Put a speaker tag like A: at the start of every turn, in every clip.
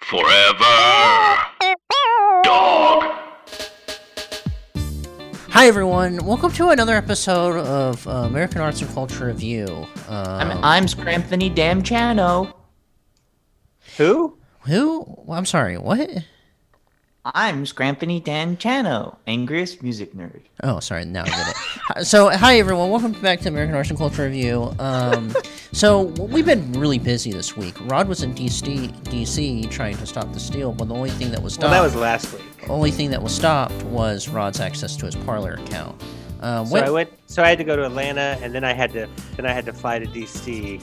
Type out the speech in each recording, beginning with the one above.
A: Forever. Dog.
B: Hi, everyone. Welcome to another episode of uh, American Arts and Culture Review. Um,
C: Oh.
D: I'm, I'm Scramphony Damn Chano.
C: Who?
B: who? Well, I'm sorry, what?
D: I'm Scramphony Dan Chano, angriest music nerd.
B: Oh, sorry, now I get it. Hi- so, hi, everyone. Welcome back to American Arts and Culture Review. Um, so, we've been really busy this week. Rod was in DC, DC trying to stop the steal, but the only thing that was
C: Well,
B: stopped,
C: that was last week.
B: only thing that was stopped was Rod's access to his parlor account. Uh,
C: So
B: what-
C: I went. So I had to go to Atlanta, and then I had to then I had to fly to DC,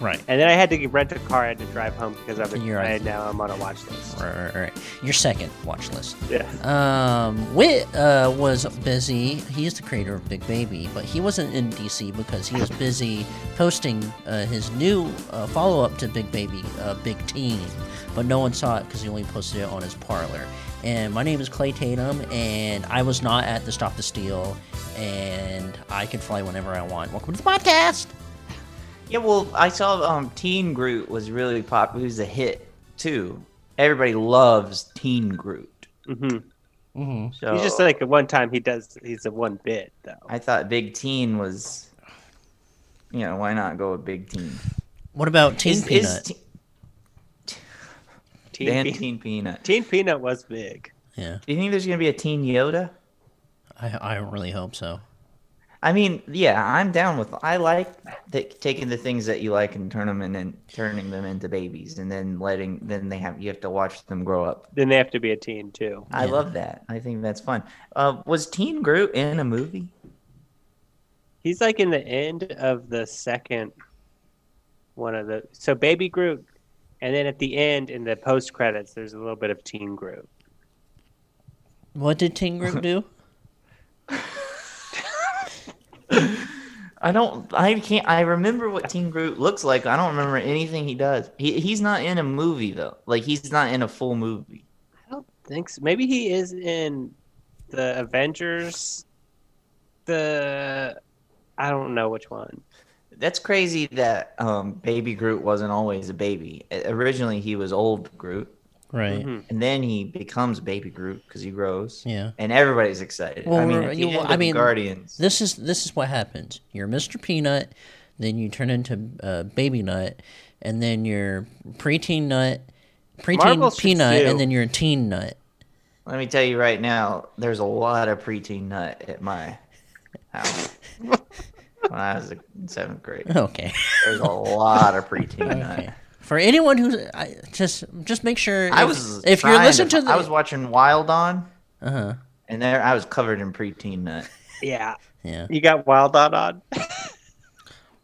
B: right.
C: and then I had to rent a car and to drive home because I'm a,
B: You're
C: I,
B: right.
C: now I'm on a watch list.
B: Right, right, right. Your second watch list.
C: Yeah.
B: Um, Wit uh, was busy. He is the creator of Big Baby, but he wasn't in DC because he was busy posting uh, his new uh, follow up to Big Baby, uh, Big Teen. But no one saw it because he only posted it on his parlor. And my name is Clay Tatum, and I was not at the Stop the Steal, and I can fly whenever I want. Welcome to the podcast.
D: Yeah, well, I saw um, Teen Groot was really popular. He was a hit, too. Everybody loves Teen Groot.
C: hmm
B: Mm-hmm.
D: So
C: He's just like at one time he does. He's a one bit though.
D: I thought Big Teen was, you know, why not go with Big Teen?
B: What about Teen
D: Is-
B: Peanut?
D: is Teen-
C: Teen,
D: Dan
C: Pe-
D: Teen Peanut.
C: Teen Peanut was big.
B: yeah,
D: Do you think there's going to be a Teen Yoda?
B: I, I really hope so.
D: I mean, yeah, I'm down with. I like th- taking the things that you like and turn them and then turning them into babies, and then letting then they have you have to watch them grow up.
C: Then they have to be a teen too.
D: I love that. I think that's fun. Uh, was Teen Groot in a movie?
C: He's like in the end of the second one of the so Baby Groot, and then at the end in the post credits, there's a little bit of Teen Groot.
B: What did Teen Group do?
D: I don't. I can't. I remember what Teen Groot looks like. I don't remember anything he does. He he's not in a movie though. Like he's not in a full movie.
C: I
D: Oh.
C: don't think so. Maybe he is in the Avengers. The I don't know which one.
D: That's crazy that um, Baby Groot wasn't always a baby. Uh, Originally, he was old Groot.
B: Right.
C: Mhm.
D: and then he becomes Baby Groot because he grows.
B: Mm-hmm. Yeah.
D: and everybody's excited.
B: Well,
D: I mean,
B: remember-
D: if
B: you-
D: you end
B: well,
D: up
B: I
D: in
B: mean-
D: Guardians.
B: This is this is what happens. You're Mr. Peanut, then you turn into uh, Baby Nut, and then you're preteen Nut, preteen
C: Marvel should
B: Peanut,
C: sue.
B: and then you're a Teen Nut.
D: Let me tell you right now, there's a lot of preteen nut at my house. when I was in seventh grade,
B: Okay.
D: there's a lot of preteen
B: okay.
D: nut.
B: For anyone who's I, just just make sure
D: I
B: if-
D: was
B: if you're
D: trying
B: listening to, the
D: I was watching Wild on,
B: uh-huh.
D: and there I was covered in preteen nut.
C: Yeah,
B: yeah
C: you got Wild Out on.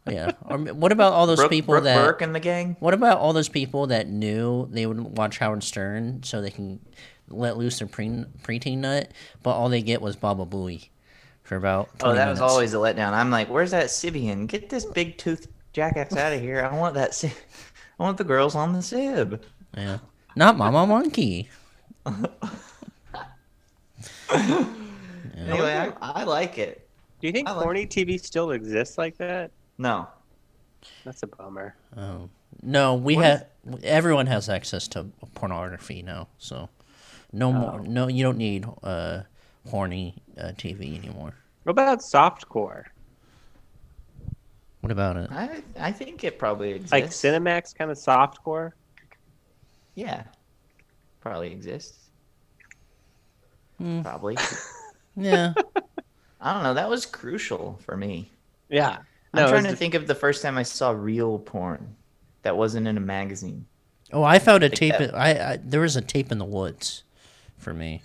B: yeah. Or what about all those
D: Brooke,
B: people
D: Brooke
B: that
D: Burke and the gang.
B: What about all those people that knew they would watch Howard Stern so they can let loose their pre preteen nut, but all they get was Baba Booey for about.
D: Oh,
B: 20
D: that was
B: minutes.
D: always a letdown. I'm like, where's that Sibian? Get this big tooth jackass out of here. I want that. Si- I want the girls on the Sib.
B: Yeah. Not Mama Monkey.
D: Anyway, I, I like it.
C: Do you think
D: I like-
C: corny TV still exists like that?
D: No,
C: That's a bummer.
B: Oh. No, we
D: What is-
B: have. Everyone has access to pornography now, so
D: Oh.
B: no more. No, you don't need uh, horny uh, TV anymore.
C: What about softcore?
B: What about it?
D: I I think it probably exists.
C: Like Cinemax kind of softcore?
D: Yeah, probably exists.
B: Hmm.
D: Probably.
B: Yeah.
D: I don't know. That was crucial for me.
C: Yeah.
D: I'm
C: No,
D: trying
C: it's
D: to
C: the-
D: think of the first time I saw real porn that wasn't in a magazine.
B: Oh, I found a tape.
D: that.
B: I, I there was a tape in the woods for me.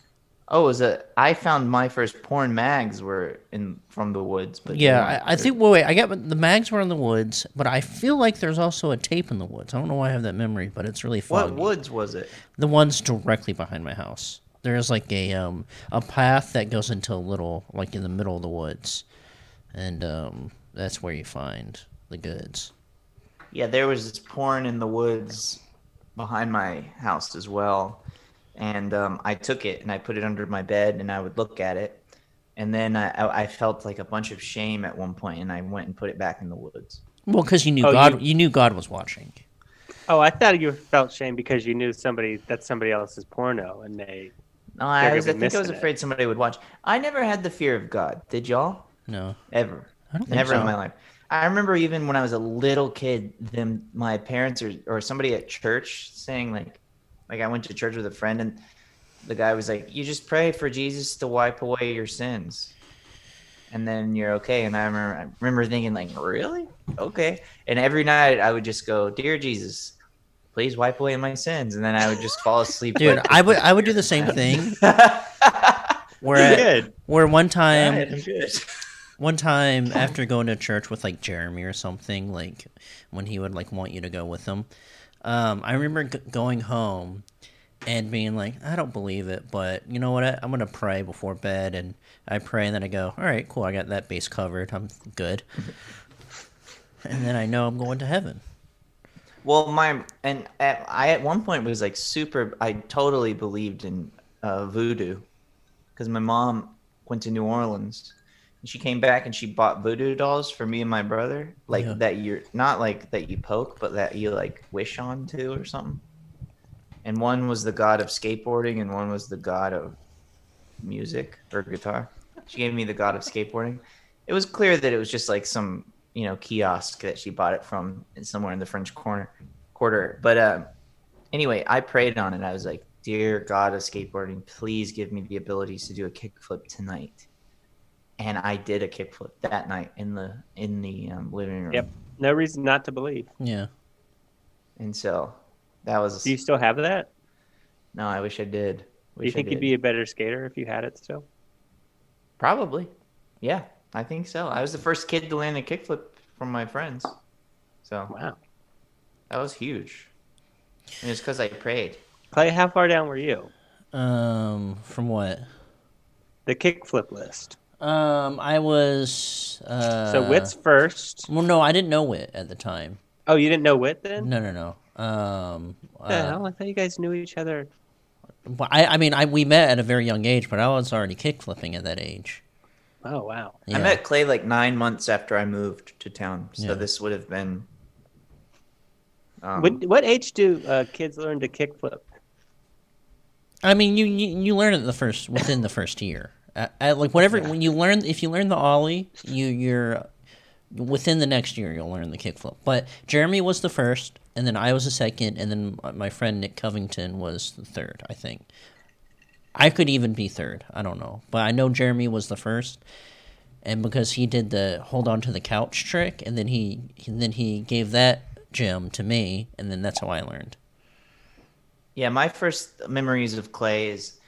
D: Oh, it was a. I found my first porn mags were in from the woods, but
B: Yeah, I, I think. Well, wait, I got the mags were in the woods, but I feel like there's also a tape in the woods. I don't know why I have that memory, but it's really
D: what
B: foggy.
D: woods was it?
B: The ones directly behind my house. There is like a um a path that goes into a little like in the middle of the woods, and um that's where you find the goods.
D: Yeah, there was this porn in the woods behind my house as well. And um, I took it and I put it under my bed and I would look at it. And then I- I, I felt like a bunch of shame at one point and I went and put it back in the woods.
B: Well, because you knew
C: Oh,
B: God, you... knew God was watching.
C: Oh, I thought you felt shame because you knew somebody that's somebody else's porno, and they.
D: No, I,
C: They're
D: was, I
C: gonna be
D: think I was
C: missing it.
D: afraid somebody would watch. I never had the fear of God. Did y'all?
B: No,
D: Ever.
B: I don't think
D: Never
B: so.
D: in my life. I remember even when I was a little kid, them my parents or, or somebody at church saying like, like I went to church with a friend and the guy was like, "You just pray for Jesus to wipe away your sins, and then you're okay." And I remember, I remember thinking like, "Really? Okay." And every night I would just go, "Dear Jesus, please wipe away my sins," and then I would just fall asleep.
B: dude,
D: like-
B: I would I would do the same thing. where
C: Good.
B: where one time
D: I'm good.
B: One time after going to church with like Jeremy or something, like when he would like want you to go with him, um, I remember g- going home and being like, I don't believe it, but you know what? I, I'm gonna pray before bed, and I pray, and then I go, all right, cool, I got that base covered, I'm good, and then I know I'm going to heaven.
D: Well, my and at, I at one point was like super. I totally believed in uh, voodoo because my mom went to New Orleans and she came back and she bought voodoo dolls for me and my brother. Like
B: Yeah.
D: that you're not like that you poke, but that you like wish on to or something. And one was the god of skateboarding, and one was the god of music or guitar. She gave me the god of skateboarding. It was clear that it was just like some you know kiosk that she bought it from somewhere in the French corner quarter. But um, anyway, I prayed on it. I was like, "Dear God of skateboarding, please give me the abilities to do a kickflip tonight." And I did a kickflip that night in the in the um, living room.
C: Yep. No reason not to believe.
B: Yeah,
D: And so that was
C: Do you still have that?
D: no. I wish I did.
C: Do you
D: Wish I
C: think you'd
D: did.
C: be a better skater if you had it still?
D: Probably. Yeah, I think so. I was the first kid to land a kickflip from my friends. So
C: Wow.
D: that was huge. And it's because I prayed.
C: Clay, how far down were you?
B: um, from what?
C: The kickflip list.
B: Um, I was uh,
C: So Witt's first.
B: Well, no, I didn't know Wit at the time.
C: Oh, you didn't know Witt then?
B: No, no, no. Um,
C: What the
B: uh,
C: hell? I thought you guys knew each other.
B: Well, I, I mean, I we met at a very young age, but I was already kick flipping at that age.
C: Oh, wow.
B: Yeah.
D: I met Clay like nine months after I moved to town. So
B: Yeah.
D: this would have been. Um,
C: What, what age do uh, kids learn to kickflip?
B: I mean, you, you you learn it the first within the first year. At, at, like whatever when you learn, if you learn the ollie, you you're within the next year you'll learn the kickflip. But Jeremy was the first, and then I was the second, and then my- my friend Nick Covington was the third. I think I could even be third. I don't know, but I know Jeremy was the first, and because he did the hold on to the couch trick, and then he and then he gave that gem to me, and then that's how I learned.
D: Yeah, my first memories of Clay is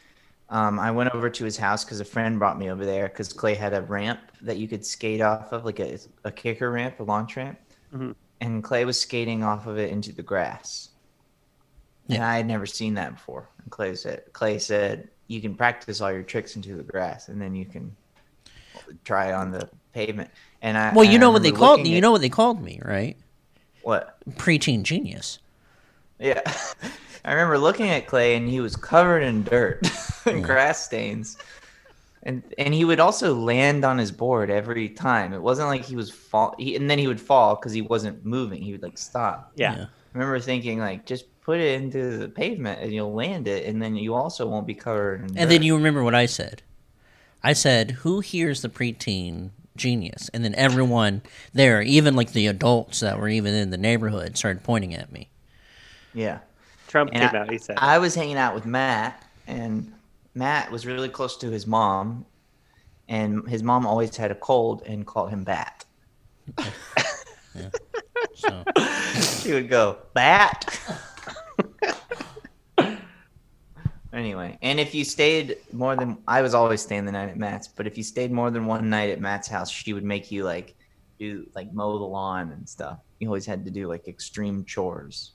D: um, I went over to his house because a friend brought me over there because Clay had a ramp that you could skate off of, like a, a kicker ramp, a launch ramp.
B: Mm-hmm.
C: Mhm.
D: And Clay was skating off of it into the grass. And
B: Yeah.
D: I had never seen that before. And Clay said, Clay said, you can practice all your tricks into the grass and then you can try it on the pavement. And I
B: Well, you
D: and I
B: know what they
D: remember
B: called
D: looking
B: you
D: at-
B: know what they called me, right?
D: what
B: Preteen genius.
D: Yeah. I remember looking at Clay and he was covered in dirt and grass stains. And and he would also land on his board every time. It wasn't like he was fall he, and then he would fall cuz he wasn't moving. He would like stop.
C: Yeah.
D: I remember thinking like just put it into the pavement and you'll land it and then you also won't be covered in
B: And then you remember what I said. I said, "Who hears the preteen genius?" And then everyone there, even like the adults that were even in the neighborhood, started pointing at me.
D: Yeah.
C: Trump
D: And
C: came
D: I-
C: out, he said.
D: I was hanging out with Matt, and Matt was really close to his mom, and his mom always had a cold and called him Bat.
B: So
D: She would go, Bat. Anyway, and if you stayed more than I was always staying the night at Matt's, but if you stayed more than one night at Matt's house, she would make you like do like mow the lawn and stuff. You always had to do like extreme chores,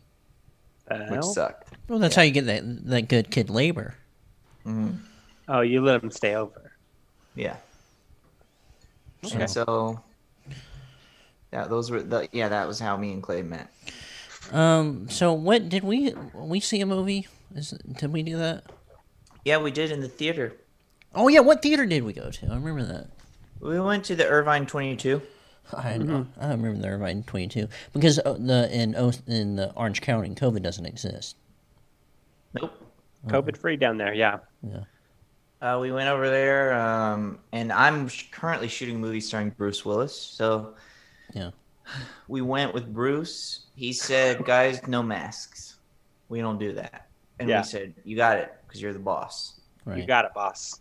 C: The
D: which
C: hell?
D: sucked.
B: Well, that's how you get that that good kid labor.
C: Oh, you let them stay over.
D: Yeah.
C: Okay.
D: And so that those were the yeah, that was how me and Clay met.
B: Um. So what did we we see a movie? Is did we do that?
D: Yeah, we did in the theater.
B: Oh yeah. What theater did we go to? I remember that.
D: We went to the Irvine 22.
B: I,
C: Mm-hmm.
B: I remember the Irvine Twenty Two because uh, the in O- in the Orange County COVID doesn't exist.
D: Nope.
B: Mm-hmm.
C: COVID free down there, yeah.
D: Uh, we went over there, um, and I'm sh- currently shooting a movie starring Bruce Willis. So
B: Yeah.
D: we went with Bruce. He said, "Guys, no masks. We don't do that." And
C: Yeah.
D: we said, "You got it, because you're the boss."
C: You
B: Right.
C: got it, boss.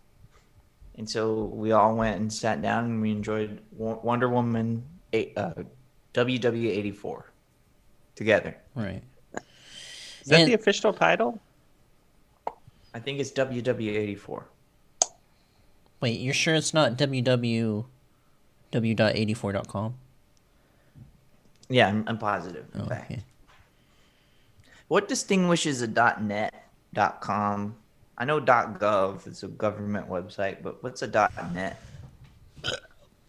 D: And so we all went and sat down, and we enjoyed Wo- Wonder Woman eight, uh, WW eighty four together.
B: right.
C: Is that
B: And-
C: the official title?
D: I think it's WW eighty four.
B: Wait, you're sure it's not www.84.com?
D: Yeah, I'm, I'm positive. In
B: Oh,
D: fact.
B: okay.
D: What distinguishes a .net, .com? I know .gov is a government website, but what's a .net?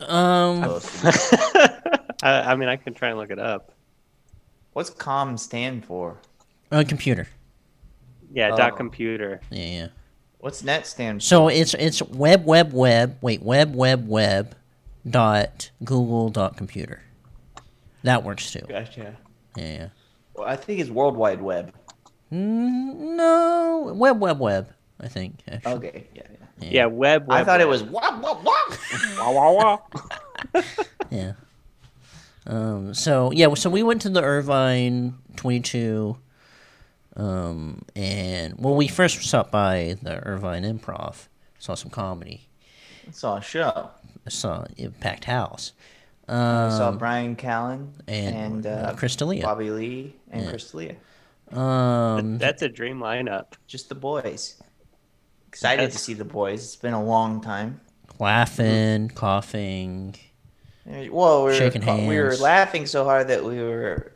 B: Um,
D: supposed to be?
C: I, I mean, I can try and look it up.
D: What's .com stand for?
B: a computer.
C: Yeah, dot
D: Oh.
C: computer.
B: Yeah, yeah.
D: What's .net stand for?
B: So it's it's web web web. Wait, web web web. Dot Google dot computer. That works too.
D: Gotcha.
B: Yeah, yeah.
D: Well, I think it's World Wide Web.
B: Mm, no, web web web. I think. Actually.
D: Okay, yeah, yeah.
C: Yeah, web.
D: I
C: web,
D: thought it
C: web.
D: was wah, wah, wah.
C: Wah, wah, wah.
B: Yeah. Um, so yeah, so we went to the Irvine twenty two, um, and well, we first stopped by the Irvine Improv, saw some comedy,
D: I saw a show.
B: saw a packed house,
D: I saw Brian Callen
B: Um, and,
D: and, uh,
B: Chris D'Elia.
D: Bobby Lee and Chris D'Elia.
B: Um,
C: That's a dream lineup.
D: Just the boys. Excited to see the boys. It's been a long time.
B: laughing,
D: Mm-hmm.
B: coughing.
D: Well, we were,
B: Shaking
D: we were
B: hands.
D: laughing so hard that we were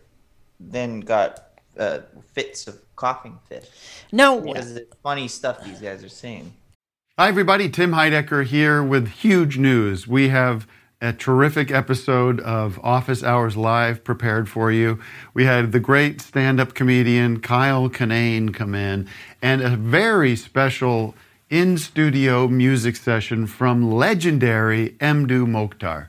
D: then got uh, fits of coughing fit.
B: No,
D: What is the funny stuff these guys are saying?
E: Hi, everybody. Tim Heidecker here with huge news. We have a terrific episode of Office Hours Live prepared for you. We had the great stand up comedian Kyle Kinane come in and a very special in studio music session from legendary Mdu Mokhtar.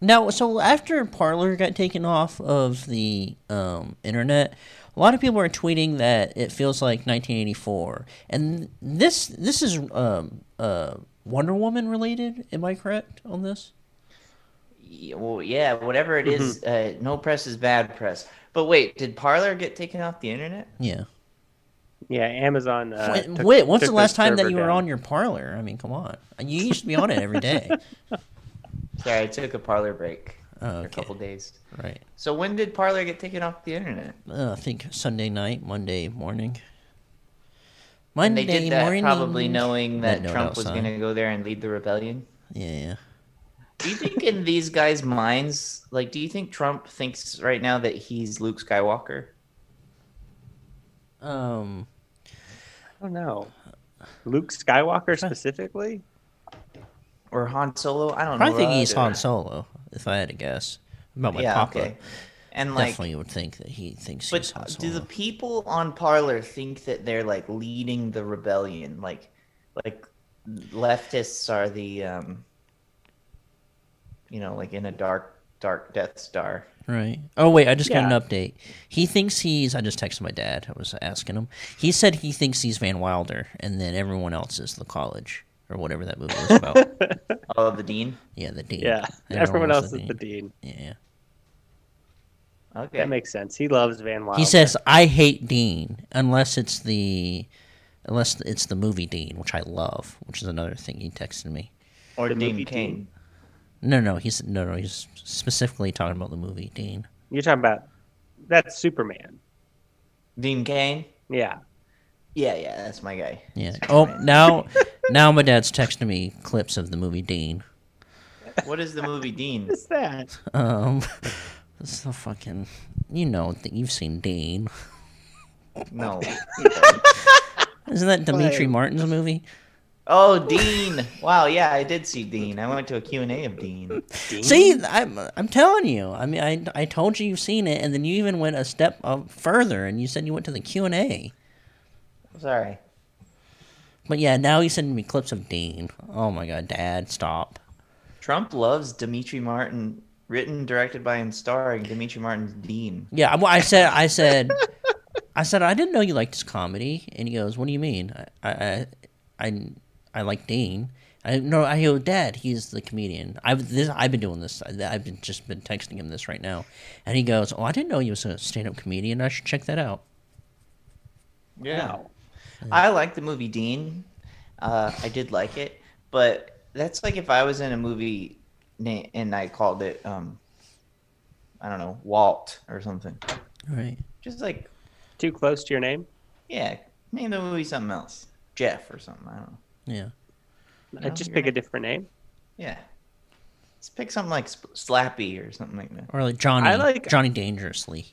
B: Now, so after Parler got taken off of the um, internet, a lot of people are tweeting that it feels like 1984, and this this is um, uh, Wonder Woman related. Am I correct on this?
D: Yeah, well, yeah, whatever it is, uh, no press is bad press. But wait, did Parlor get taken off the internet?
B: Yeah.
C: Yeah, Amazon. Uh,
B: Wait,
C: took-
B: wait, when's
C: took
B: the last
C: their
B: time that
C: server
B: you were
C: down.
B: on your Parler? I mean, come on, you used to be on it every day.
D: Sorry, I took a Parlor break
B: Oh,
D: for a
B: okay.
D: couple days.
B: right.
D: So when did Parlor get taken off the internet?
B: Uh, I think Sunday night, Monday morning.
D: And
B: Monday
D: they did that
B: morning.
D: probably knowing that
B: Not knowing
D: Trump was
B: outside.
D: going to go there and lead the rebellion.
B: Yeah, yeah.
D: Do you think in these guys' minds, like, do you think Trump thinks right now that he's Luke Skywalker?
B: Um.
C: I don't know. Luke Skywalker specifically?
D: or Han Solo. I don't know.
B: Probably think
D: what
B: he's
D: I'd
B: Han
D: do.
B: Solo, if I had to guess. About my
D: yeah,
B: papa,
D: okay. And like,
B: definitely would think that he thinks he's
D: but
B: Han
D: do
B: Solo.
D: the people on Parlor think that they're like leading the rebellion? Like, like leftists are the, um, you know, like in a dark, dark Death Star.
B: Right. Oh wait, I just got
C: Yeah.
B: an update. He thinks he's. I just texted my dad. I was asking him. He said he thinks he's Van Wilder, and then everyone else is the college or whatever that movie was about.
D: Oh, the dean.
B: yeah, the dean.
C: Yeah. Everyone else is the dean.
B: Yeah.
D: Okay.
C: That makes sense. He loves Van Wilder.
B: He says, "I hate Dean," unless it's the, unless it's the movie Dean, which I love, which is another thing he texted me.
D: or
C: the
D: Dean
C: movie
D: King.
C: Dean.
B: No, no, he's no, no, he's specifically talking about the movie Dean.
C: You're talking about that's Superman.
D: Dean Kane.
C: Yeah.
D: Yeah, yeah, that's my guy.
B: Yeah. Oh, now, now my dad's texting me clips of the movie Dean.
D: What is the movie Dean?
C: What's that?
B: Um, it's the fucking, you know, th- you've seen Dean.
D: No.
B: Isn't that Dimitri Martin's movie?
D: Oh, Dean. Wow, yeah, I did see Dean. I went to a Q&A of Dean.
B: See, I'm I'm telling you. I mean, I I told you you've seen it, and then you even went a step up further, and you said you went to the Q and A.
D: Sorry.
B: But yeah, now he's sending me clips of Dean. Oh my god, Dad, stop.
D: Trump loves Dimitri Martin, written, directed by, and starring Dimitri Martin's Dean.
B: Yeah, well, I said, I said, I said, I didn't know you liked his comedy. And he goes, "What do you mean? I, I, I, I like Dean." I no, I go, Dad. He's the comedian. I've this. I've been doing this. I- I've been, just been texting him this right now, and he goes, "Oh, I didn't know you was a stand-up comedian. I should check that out."
D: Yeah. I like the movie Dean. Uh, I did like it, but that's like if I was in a movie na- and I called it, um, I don't know, Walt or something.
B: Right.
D: Just like,
C: Too close to your name?
D: yeah, name the movie something else, Jeff or something. I don't know.
B: Yeah.
C: Uh, just pick a different name.
D: Yeah, let's pick something like Sp- Slappy or something like that.
B: Or like Johnny.
C: I like-
B: Johnny Dangerously.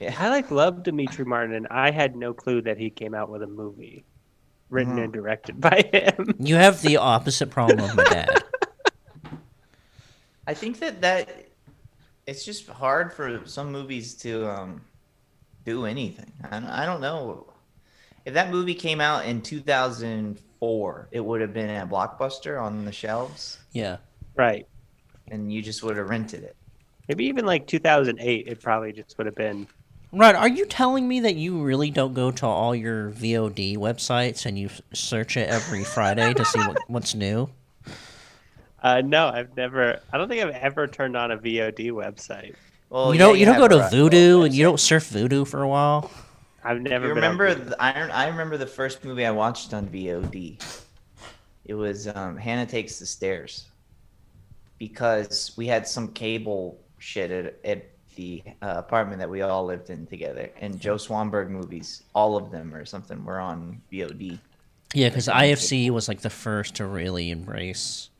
D: Yeah,
C: I like love Dimitri Martin and I had no clue that he came out with a movie written
D: Mm-hmm.
C: and directed by him.
B: You have the opposite problem of my dad.
D: I think that that it's just hard for some movies to um, do anything. I don't, I don't know if that movie came out in 2004, it would have been at Blockbuster on the shelves,
B: Yeah.
C: right.
D: and you just would have rented it.
C: Maybe even like 2008 it probably just would have been
B: Rod, are you telling me that you really don't go to all your VOD websites and you s- search it every Friday to see what, what's new?
C: uh, no, I've never. I don't think I've ever turned on a VOD website.
D: Well,
B: you don't.
D: yeah,
B: you don't
D: have
B: go
D: a
B: to
D: right.
B: Voodoo and you don't surf Voodoo for a while.
C: I've never.
D: You
C: been on
D: remember?
C: Voodoo.
D: The, I don't- I remember the first movie I watched on VOD. It was um, Hannah Takes the Stairs, because we had some cable shit at, at the uh, apartment that we all lived in together, and Joe Swanberg movies, all of them or something, were on VOD.
B: Yeah, because IFC was like the first to really embrace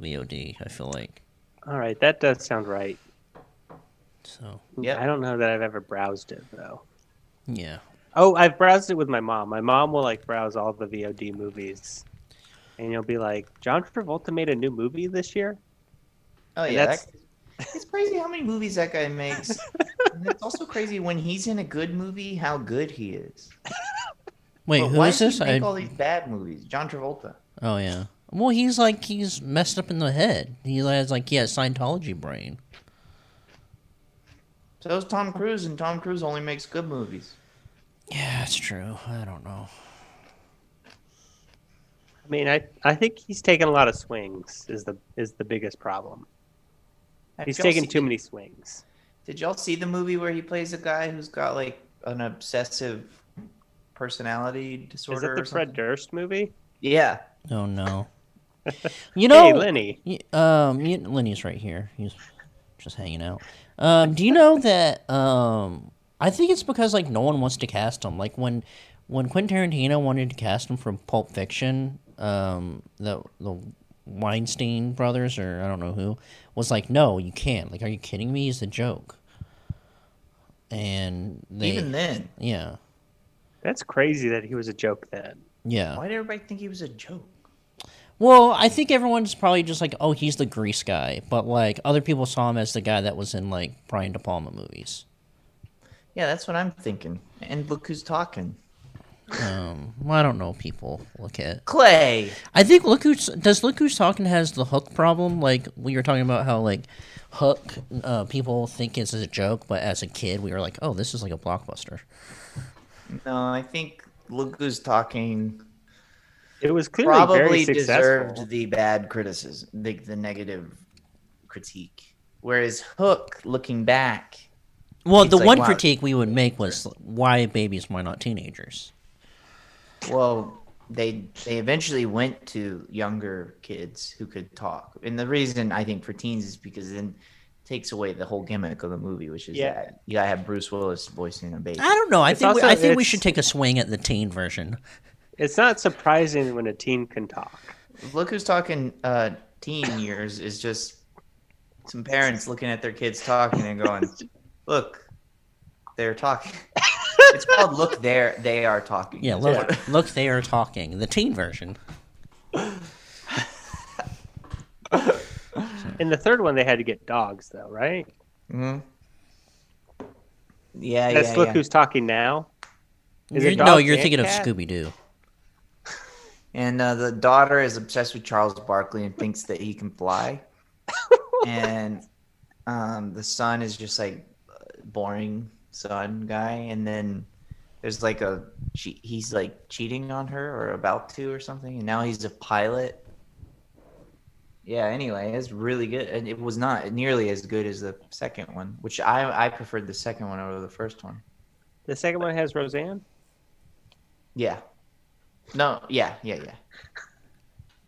B: VOD. I feel like
C: All right, that does sound right.
B: so.
D: Yeah.
C: I don't know that I've ever browsed it though.
B: Yeah.
C: Oh, I've browsed it with my mom. My mom will like browse all the VOD movies, and you'll be like, "John Travolta made a new movie this year."
D: Oh
C: And
D: yeah,
C: that's-
D: that, it's crazy how many movies that guy makes. and it's also crazy when he's in a good movie how good he is.
B: Wait,
D: But
B: who
D: why
B: is
D: does
B: this?
D: He make
B: I-
D: all these bad movies. John Travolta.
B: oh yeah. Well, he's like he's messed up in the head. He has like he has Scientology brain.
D: So is Tom Cruise, and Tom Cruise only makes good movies.
B: Yeah, that's true. I don't know.
C: I mean, I I think he's taken a lot of swings. Is the is the biggest problem?
D: Have
C: He's
D: y'all
C: taken
D: seen-
C: too many swings.
D: Did y'all see the movie where he plays a guy who's got like an obsessive personality
C: Is
D: disorder?
C: that the
D: or
C: Fred
D: something?
C: Durst movie?
D: Yeah.
B: Oh no. You know,
C: Hey, Lenny.
B: Y- Um, you, Lenny's right here. He's just hanging out. Um, do you know that? Um, I think it's because like no one wants to cast him. Like when when Quentin Tarantino wanted to cast him from Pulp Fiction, um, the the Weinstein brothers or I don't know who was like, no, you can't. Like, are you kidding me? He's a joke. And they,
D: Even then,
B: yeah,
C: That's crazy that he was a joke then.
B: yeah.
D: why did everybody think he was a joke?
B: Well, I think everyone's probably just like, oh, he's the grease guy. But like other people saw him as the guy that was in like Brian De Palma movies.
D: Yeah, that's what I'm thinking. And look who's talking.
B: Um, well, I don't know. People look at.
D: Clay.
B: I think look who's does look who's talking has the hook problem. Like we were talking about how like hook uh, people think it's a joke, but as a kid we were like, oh, this is like a blockbuster.
D: No, I think look who's talking
C: It was clearly
D: probably
C: very successful.
D: deserved the bad criticism, the, the negative critique. Whereas Hook, looking back,
B: Well, the
D: like,
B: one
D: wow.
B: critique we would make was why babies, why not teenagers?
D: well, they they eventually went to younger kids who could talk. And the reason I think for teens is because then it takes away the whole gimmick of the movie, which is
C: Yeah.
D: that you gotta have Bruce Willis voicing a baby.
B: I don't know. I
C: It's
B: think we,
C: also-
B: I think we
C: it's-
B: should take a swing at the teen version.
C: It's not surprising when a teen can talk.
D: Look who's talking uh teen years is just some parents looking at their kids talking and going, Look, they're talking. it's called look there they are talking.
B: Yeah, look, look, they are talking. The teen version.
C: In the third one, they had to get dogs, though, right?
D: Mhm. Mm-hmm. Yeah,
C: Let's
D: yeah,
C: look
D: yeah.
C: who's talking now. Is it
B: You're- no,
C: dogs
B: you're
C: and
B: thinking of
C: cat?
B: Scooby Doo.
D: And uh, the daughter is obsessed with Charles Barkley and thinks that he can fly. and um, the son is just like uh, boring son guy. And then there's like a she, he's like cheating on her or about to or something. And now he's a pilot. Yeah. Anyway, it's really good, and it was not nearly as good as the second one, which I I preferred the second one over the first one.
C: The second one has
B: Mm-hmm.
C: Roseanne.
D: Yeah. No, yeah, yeah, yeah.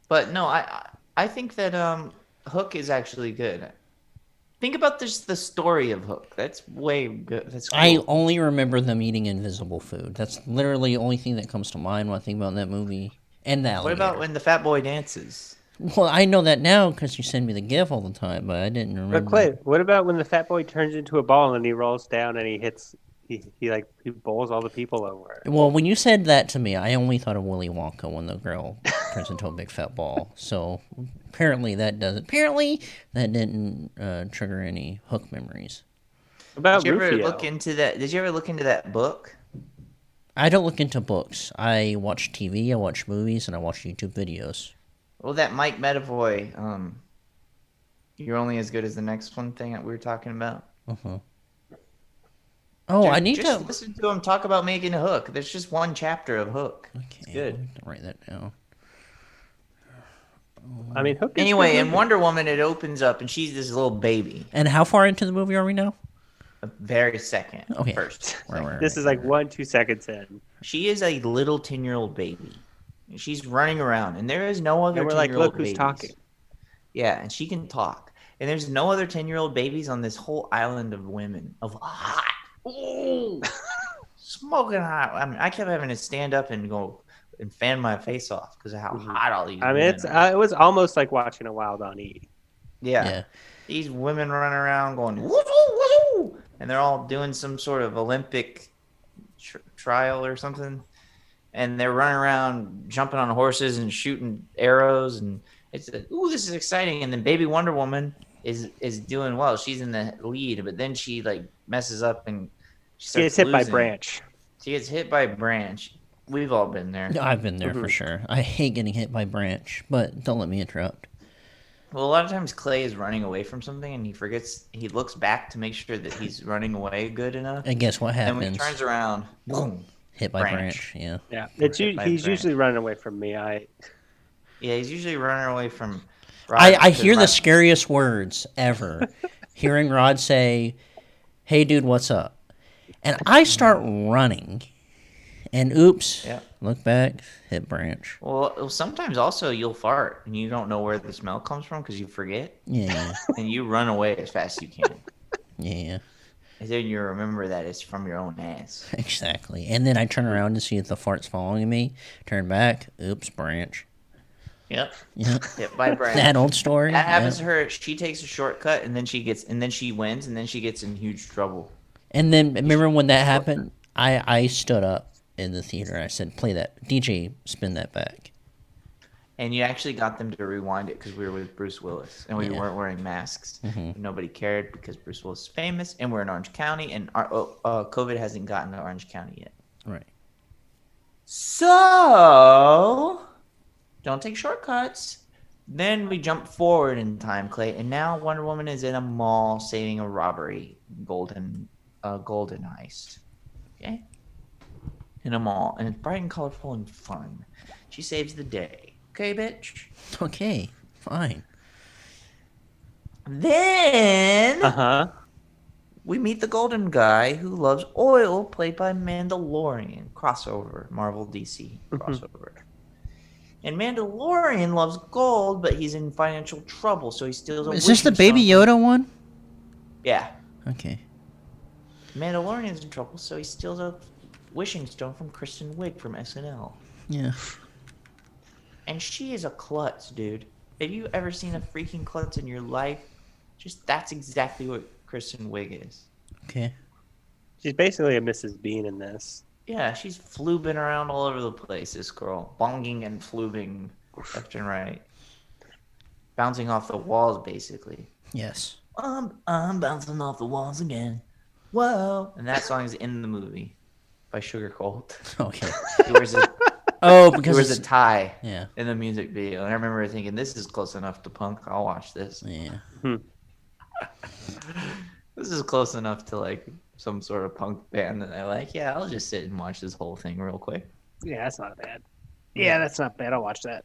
D: But no, I I I think that um Hook is actually good. Think about just the story of Hook. That's way good. That's
B: I
D: cool.
B: only remember them eating invisible food. That's literally the only thing that comes to mind when I think about that movie and that.
D: What about when the Fat Boy dances?
B: Well, I know that now because you send me the GIF all the time, but I didn't remember.
C: But Clay, what about when the fat boy turns into a ball and he rolls down and he hits? He, he like he bowls all the people over.
B: Well, when you said that to me, I only thought of Willy Wonka when the girl turns into a big fat ball. So apparently that doesn't. Apparently that didn't uh, trigger any hook memories.
C: What about
D: Did you ever
C: Rufio?
D: look into that? Did you ever look into that book?
B: I don't look into books. I watch TV, I watch movies, and I watch YouTube videos.
D: Well, that Mike Medavoy, um, you're only as good as the next one thing that we were talking about.
B: Uh-huh. Oh, I need
D: just
B: to.
D: listen to him talk about making a Hook. There's just one chapter of Hook.
B: Okay,
D: good.
B: I'll have to write that down.
C: I mean, Hook. is
D: Anyway,
C: good.
D: in Wonder Woman, it opens up and she's this little baby.
B: And how far into the movie are we now?
D: very second
C: Oh.
B: Okay.
D: first.
B: Right, right,
C: this
B: right.
C: is like one two seconds in,
D: She is a little ten year old baby. She's running around, and there is no other.
C: and we're like,
D: 10-year-old
C: look who's
D: babies.
C: talking.
D: Yeah, and she can talk. And there's no other ten year old babies on this whole island of women of hot, ooh, smoking hot. I mean, I kept having to stand up and go and fan my face off because of how hot all these.
C: Mm-hmm. I mean,
D: women
C: it's
D: are.
C: uh, it was almost like watching a Wild on E.
D: yeah.
B: yeah.
D: These women running around going woo woo woo, and they're all doing some sort of Olympic tr- trial or something, and they're running around jumping on horses and shooting arrows, and it's like, ooh, this is exciting. And then Baby Wonder Woman is is doing well; she's in the lead, but then she like messes up and she
C: She
D: starts
C: gets hit by
D: losing.
C: branch.
D: She gets hit by a branch. We've all been there.
B: No, I've been there for sure. I hate getting hit by branch, but don't let me interrupt.
D: Well, a lot of times Clay is running away from something, and he forgets. He looks back to make sure that he's running away good enough.
B: And guess what
D: And when
B: happens?
D: he turns around, boom.
B: hit by branch.
D: branch.
B: Yeah.
C: Yeah, it's u-
D: by
C: he's
D: branch.
C: usually running away from me. I
D: Yeah, he's usually running away from. Rod
B: I, I
D: to
B: hear the
D: Rod.
B: scariest words ever. Hearing Rod say, "Hey, dude, what's up?" and I start running, and oops,
D: Yeah.
B: look back, hit branch.
D: Well, sometimes also you'll fart and you don't know where the smell comes from because you forget,
B: Yeah,
D: and you run away as fast as you can.
B: yeah,
D: and then you remember that it's from your own ass.
B: exactly. And then I turn around to see if the fart's following me. Turn back, oops, branch.
D: Yep.
B: Yeah,
D: Hit by Brad.
B: that old story.
D: That happens
B: yeah.
D: to her. She takes a shortcut and then she gets and then she wins and then she gets in huge trouble.
B: And then remember when that happened? I I stood up in the theater. and I said, "Play that DJ, spin that back."
D: And you actually got them to rewind it because we were with Bruce Willis and we
B: Yeah.
D: weren't wearing masks. Nobody cared because Bruce Willis is famous and we're in Orange County and our, oh, uh, COVID hasn't gotten to Orange County yet.
B: Right.
D: So don't take shortcuts. Then we jump forward in time, Clay, and now Wonder Woman is in a mall saving a robbery, golden, uh, golden heist. Okay, in a mall, and it's bright and colorful and fun. She saves the day. Okay, bitch.
B: Okay, fine.
D: Then
C: Uh huh.
D: we meet the golden guy who loves oil, played by Mandalorian. Crossover, Marvel DC
B: Mm-hmm.
D: crossover. and Mandalorian loves gold, but he's in financial trouble, so he steals a
B: Is this the
D: wishing
B: Baby
D: stone.
B: Yoda one?
D: Yeah.
B: Okay.
D: Mandalorian's in trouble, so he steals a wishing stone from Kristen Wiig from SNL.
B: Yeah.
D: And she is a klutz, dude. Have you ever seen a freaking klutz in your life? Just that's exactly what Kristen Wiig is.
B: Okay.
C: She's basically a Mrs. Bean in this.
D: Yeah, she's flubing around all over the place, this girl. Bonging and flubing left and right. Bouncing off the walls, basically.
B: Yes.
D: I'm, I'm bouncing off the walls again. Whoa. And that song is in the movie by Sugar Colt.
B: Okay.
D: He wears a,
B: Oh,
D: he
B: because
D: wears
B: it's,
D: a tie
B: yeah,
D: in the music video. And I remember thinking, this is close enough to punk. I'll watch this.
B: yeah.
D: This is close enough to like some sort of punk band that I like. Yeah, I'll just sit and watch this whole thing real quick.
C: Yeah, that's not bad. Yeah, that's not bad. I'll watch that.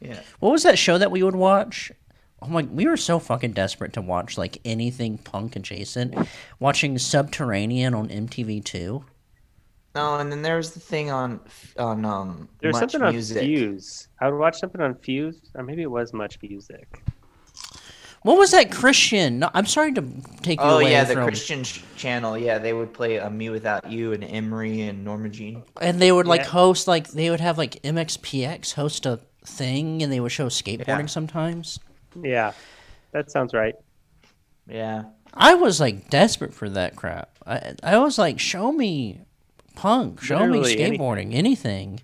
D: Yeah.
B: What was that show that we would watch? Oh my, we were so fucking desperate to watch like anything punk adjacent. Watching Subterranean on MTV2.
D: No, and then there was the thing on on um
C: There's
D: much
C: something
D: music.
C: on Fuse. I would watch something on Fuse, or maybe it was Much Music.
B: What was that Christian? No, I'm sorry to take you
D: Oh
B: away
D: yeah, the
B: from.
D: Christian ch- channel. Yeah, they would play uh, "Me Without You" and Emery and Norma Jean.
B: and they would like
C: Yeah.
B: host like they would have like MXPX host a thing, and they would show skateboarding
D: Yeah.
B: sometimes.
C: Yeah, that sounds right.
D: Yeah,
B: I was like desperate for that crap. I I was like, show me punk, show
C: Literally
B: me
C: any-
B: skateboarding, anything,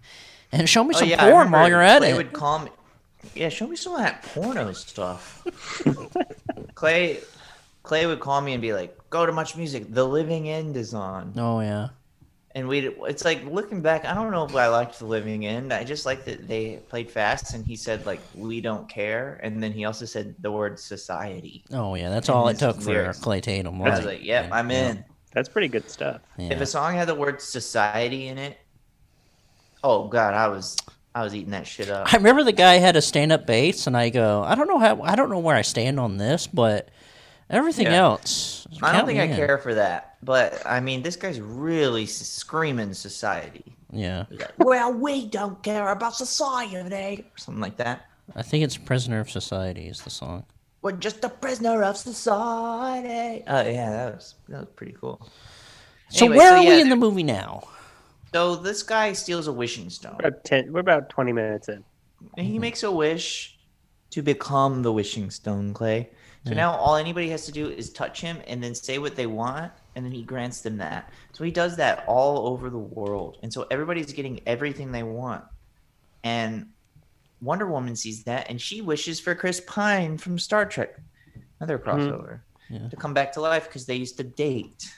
B: and show me
D: oh
B: some
D: yeah. I
B: porn while
D: remember
B: you're at
D: Clay
B: it.
D: would call me. Yeah, show me some of that porno stuff. Clay, Clay would call me and be like, "Go to Much Music. The Living End is on."
B: Oh yeah,
D: And we, would it's like looking back, I don't know if I liked The Living End. I just liked that they played fast, and he said like, "We don't care," and then he also said the word "society."
B: oh yeah. That's
D: And
B: all it
D: his
B: took for
D: lyrics.
B: Clay Tatum.
D: I was like, "Yep, I'm in."
C: That's pretty good stuff.
B: Yeah.
D: If a song had the word "society" in it, oh god, I was I was eating that shit up.
B: I remember the guy had a stand up bass, and I go, I don't know how, I don't know where I stand on this, but everything
D: Yeah.
B: else.
D: I
B: count
D: don't think
B: me
D: I
B: in."
D: care for that, but I mean, this guy's really s- screaming "society."
B: Yeah,
D: well, we don't care about society, or something like that.
B: I think it's Prisoner of Society is the song.
D: We're just a prisoner of society. Oh yeah, that was that was pretty cool.
B: So
D: Anyway,
B: where are
D: yeah,
B: we in the movie now?
D: So this guy steals a wishing stone.
C: We're about ten. We're about twenty minutes in.
D: And
B: Mm-hmm.
D: he makes a wish to become the wishing stone clay. So now all anybody has to do is touch him and then say what they want, and then he grants them that. So he does that all over the world. And so everybody's getting everything they want. And Wonder Woman sees that and she wishes for Chris Pine from Star Trek, another crossover,
B: Mm-hmm. Yeah.
D: to come back to life because they used to date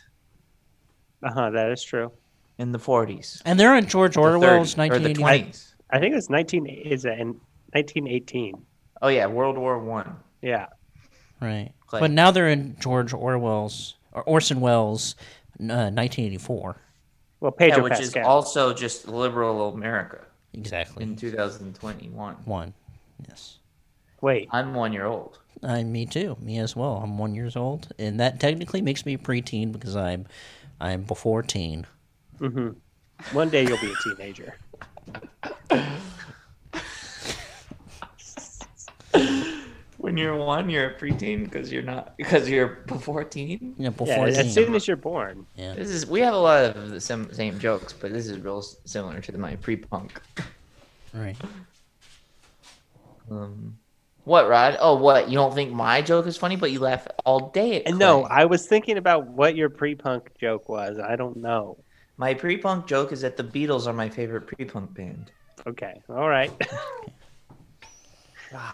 C: Uh huh. That is true.
D: in the 40s.
B: And they're in George
D: the
B: Orwell's
D: 30s, or the
B: 1989.
D: 20s.
C: I think it's nineteen. Is it in nineteen eighteen?
D: Oh, yeah, World War One.
C: Yeah.
B: Right.
D: Clay.
B: But now they're in George Orwell's or Orson Welles, uh, 1984.
C: Well, Pedro
D: Yeah, which is
C: Pascal.
D: also just liberal America.
B: Exactly.
D: in 2021.
B: One. Yes.
C: Wait.
D: I'm one year old.
B: Uh, me too. Me as well. I'm one years old, and that technically makes me preteen because I'm, I'm before teen.
C: mm-hmm. One day you'll be a teenager.
D: When you're one, you're a preteen because you're not because you're before teen.
B: Yeah, before
C: Yeah.
B: teen.
C: As soon as you're born.
D: This is we have a lot of the sim- same jokes, but this is real s- similar to my pre-punk.
B: right.
D: Um, what Rod? Oh, what you don't think my joke is funny, but you laugh all day. At
C: And no,
D: Clay.
C: I was thinking about what your pre-punk joke was. I don't know.
D: my pre-punk joke is that the Beatles are my favorite pre-punk band.
C: Okay. All right.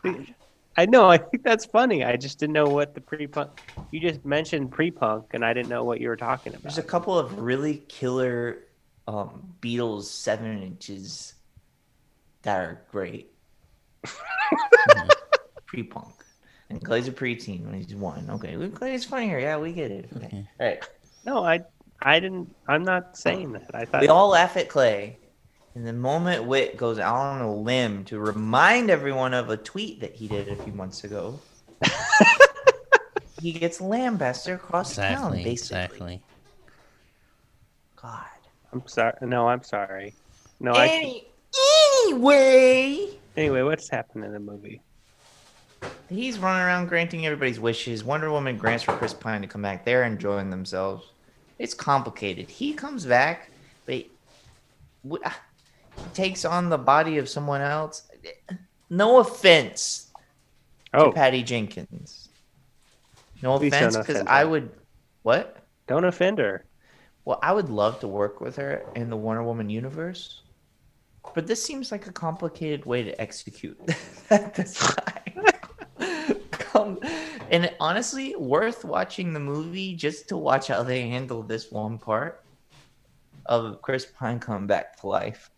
C: I know. I think that's funny. I just didn't know what the pre-punk. You just mentioned pre-punk, and I didn't know what you were talking about.
D: There's a couple of really killer um, Beatles seven inches that are great. Pre punk. And Clay's a preteen when he's one. Okay, Clay's funnier. Yeah, we get it. Okay. All right.
C: No, I I didn't. I'm not saying that. I thought
D: We all laugh at Clay. And the moment Witt goes out on a limb to remind everyone of a tweet that he did a few months ago, he gets lambasted across town,
B: Exactly.
D: basically.
B: Exactly.
D: God.
C: I'm sorry. No, I'm sorry. No, I.
D: Any- anyway,
C: Anyway, what's happened in the movie?
D: he's running around granting everybody's wishes. Wonder Woman grants for Chris Pine to come back. They're enjoying themselves. It's complicated. He comes back, but w- ah, he takes on the body of someone else. No offense, to
C: Oh,
D: Patty Jenkins. No
C: Please
D: offense,
C: don't
D: because
C: offend
D: I
C: her.
D: would. What?
C: don't offend her.
D: Well, I would love to work with her in the Wonder Woman universe, but this seems like a complicated way to execute that design. Come, and honestly, worth watching the movie just to watch how they handle this one part of Chris Pine coming back to life,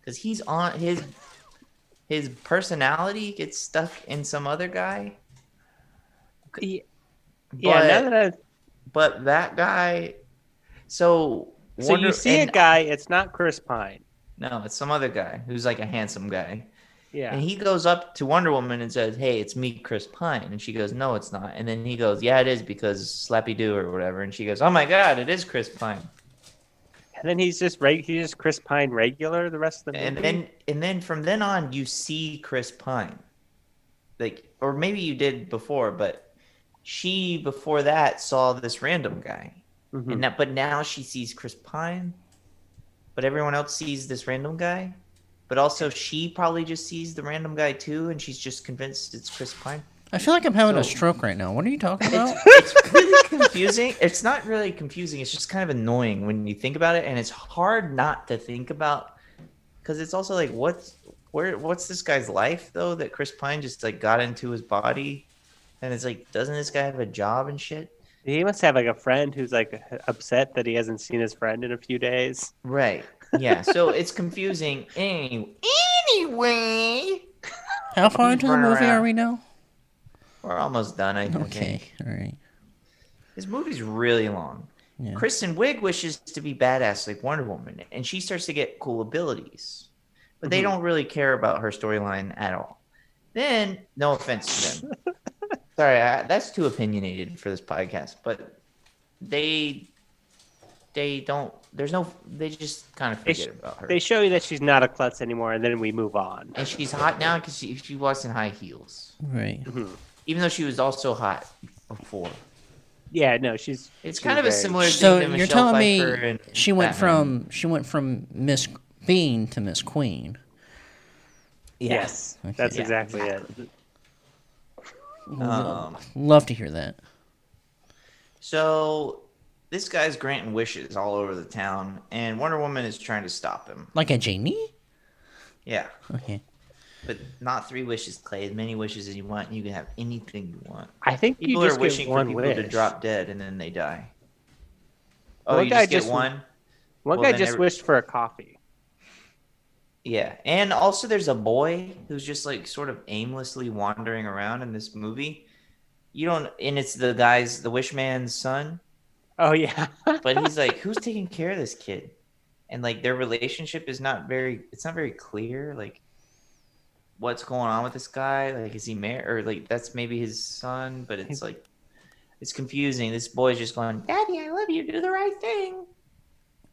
D: because he's on his his personality gets stuck in some other guy.
C: Yeah,
D: But-
C: now that I,
D: but that guy. So
C: so you see
D: and-
C: a guy, it's not Chris Pine.
D: No, it's some other guy who's like a handsome guy,
C: Yeah.
D: and he goes up to Wonder Woman and says, "Hey, it's me, Chris Pine," and she goes, "No, it's not." And then he goes, "Yeah, it is because Slappy Doo or whatever," and she goes, "Oh my God, it is Chris Pine."
C: and then he's just right. He's just Chris Pine regular the rest of the movie.
D: And then and then from then on, you see Chris Pine, like or maybe you did before, but she before that saw this random guy.
C: Mhm.
D: And now, but now she sees Chris Pine, but everyone else sees this random guy. But also, she probably just sees the random guy too, and she's just convinced it's Chris Pine.
B: I feel like I'm having a
D: So-
B: stroke right now. What are you talking about?
D: It's really confusing. It's not really confusing. It's just kind of annoying when you think about it, and it's hard not to think about because it's also like what's where what's this guy's life though that Chris Pine just like got into his body, and it's like doesn't this guy have a job and shit?
C: he must have like a friend who's like upset that he hasn't seen his friend in a few days.
D: Right. Yeah. So it's confusing. Any- Anyway.
B: How far
D: He's
B: into the
D: running
B: movie are
D: around.
B: we now?
D: We're almost done. I think.
B: Okay. All right.
D: This movie's really long.
B: Yeah.
D: Kristen Wiig wishes to be badass like Wonder Woman, and she starts to get cool abilities, but they
B: Mm-hmm.
C: Mhm.
D: don't really care about her storyline at all. Then, no offense to them. Sorry, I, that's too opinionated for this podcast, but they they don't. There's no. They just kind of
C: They sh-
D: forget about her.
C: They show you that she's not a klutz anymore, and then we move on.
D: and she's hot now because she, she walks in high heels,
B: Right.
D: even though she was also hot before.
C: Yeah, no, she's.
D: It's
C: she's
D: kind of a
C: very-
D: similar
B: So
D: thing to
B: you're
D: Michelle
B: telling
D: Pfeiffer
B: me
D: and
B: she went
D: Batman.
B: from she went from Miss Bean to Miss Queen.
D: Yeah.
C: Yes,
B: Okay.
C: that's
B: Yeah,
C: exactly it.
D: Um,
B: Love to hear that.
D: so this guy's granting wishes all over the town, and Wonder Woman is trying to stop him.
B: Like a genie?
D: Yeah,
B: Okay.
D: but not three wishes, Clay. As many wishes as you want, and you can have anything you want.
C: I think
D: People
C: you
D: are
C: just
D: wishing
C: get
D: for
C: one
D: people
C: wish.
D: to drop dead and then they die. Oh,
C: One
D: you
C: guy
D: just get
C: just-
D: one.
C: One
D: Well,
C: guy
D: then
C: just
D: every-
C: wished for a coffee.
D: Yeah, and also there's a boy who's just like sort of aimlessly wandering around in this movie. You don't, and it's the guy's the wish man's son.
C: Oh yeah,
D: but he's like, who's taking care of this kid? And like their relationship is not very it's not very clear, like what's going on with this guy? Like is he married or like that's maybe his son, but it's like it's confusing. This boy's just going, Daddy, I love you, do the right thing.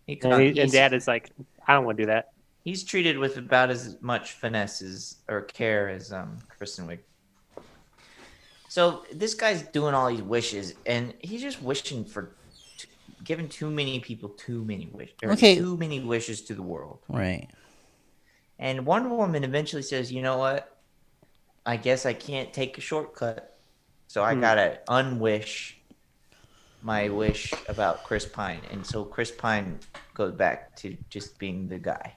D: He
C: and,
D: con-
C: he, and
D: he's,
C: dad is like, I don't want to do that.
D: he's treated with about as much finesse as, or care as um Kristen Wiig. So this guy's doing all these wishes, and he's just wishing for, t- giving too many people too many wishes,
B: Okay.
D: too many wishes to the world.
B: Right.
D: And Wonder Woman eventually says, "You know what? I guess I can't take a shortcut, so I gotta unwish my wish about Chris Pine." And so Chris Pine goes back to just being the guy.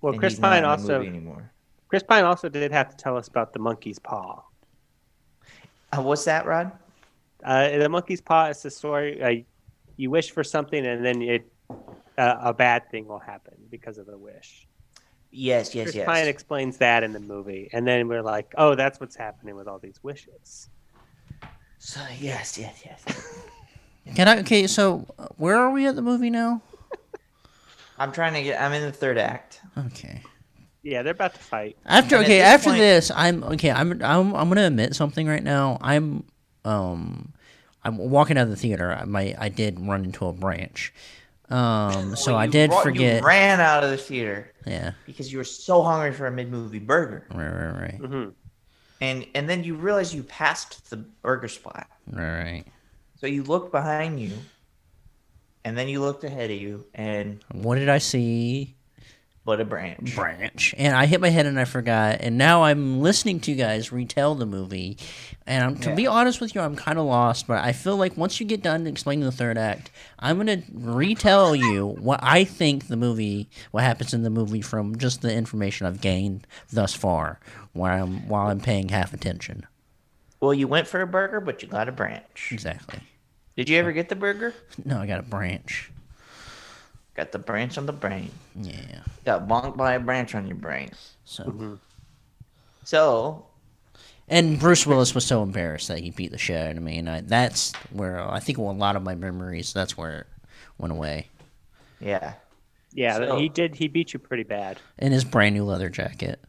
C: Well,
D: and
C: Chris
D: he's not
C: Pine
D: in the
C: also
D: movie anymore.
C: Chris Pine also did have to tell us about the monkey's paw.
D: Uh, what's that, Rod?
C: Uh, the monkey's paw is the story. Uh, you wish for something, and then it uh, a bad thing will happen because of the wish.
D: Yes, yes,
C: Chris
D: yes.
C: Pine explains that in the movie, and then we're like, oh, that's what's happening with all these wishes.
D: so yes, yes, yes.
B: Can I? Okay, so uh, where are we at the movie now?
D: I'm trying to get. I'm in the third act.
B: Okay.
C: Yeah, they're about to fight.
B: After
D: And at
B: okay,
D: this
B: after
D: point-
B: this, I'm okay. I'm I'm I'm gonna admit something right now. I'm um I'm walking out of the theater. I my I did run into a branch. Um, so
D: Well,
B: I
D: you
B: did
D: ra-
B: forget.
D: You ran out of the theater
B: Yeah,
D: because you were so hungry for a mid-movie burger,
B: right, right, right,
D: and and then you realized you passed the burger spot.
B: right, right.
D: So you looked behind you, and then you looked ahead of you, and
B: What did I see?
D: but a branch.
B: Branch, and I hit my head and I forgot. And now I'm listening to you guys retell the movie, and I'm, to be honest with you, I'm kind of lost. But I feel like once you get done explaining the third act, I'm gonna retell you what I think the movie, what happens in the movie, from just the information I've gained thus far, while I'm while I'm paying half attention.
D: Well, you went for a burger, but you got a branch.
B: Exactly.
D: Did you ever get the burger?
B: No, I got a branch.
D: Got the branch on the brain.
B: Yeah.
D: Got bonked by a branch on your brain.
B: So.
D: So
B: And Bruce Willis was so embarrassed that he beat the shit out of me, and I, that's where I think a lot of my memories. That's where it went away.
D: yeah,
C: Yeah,
D: So-
C: he did. He beat you pretty bad.
B: And his brand new leather jacket.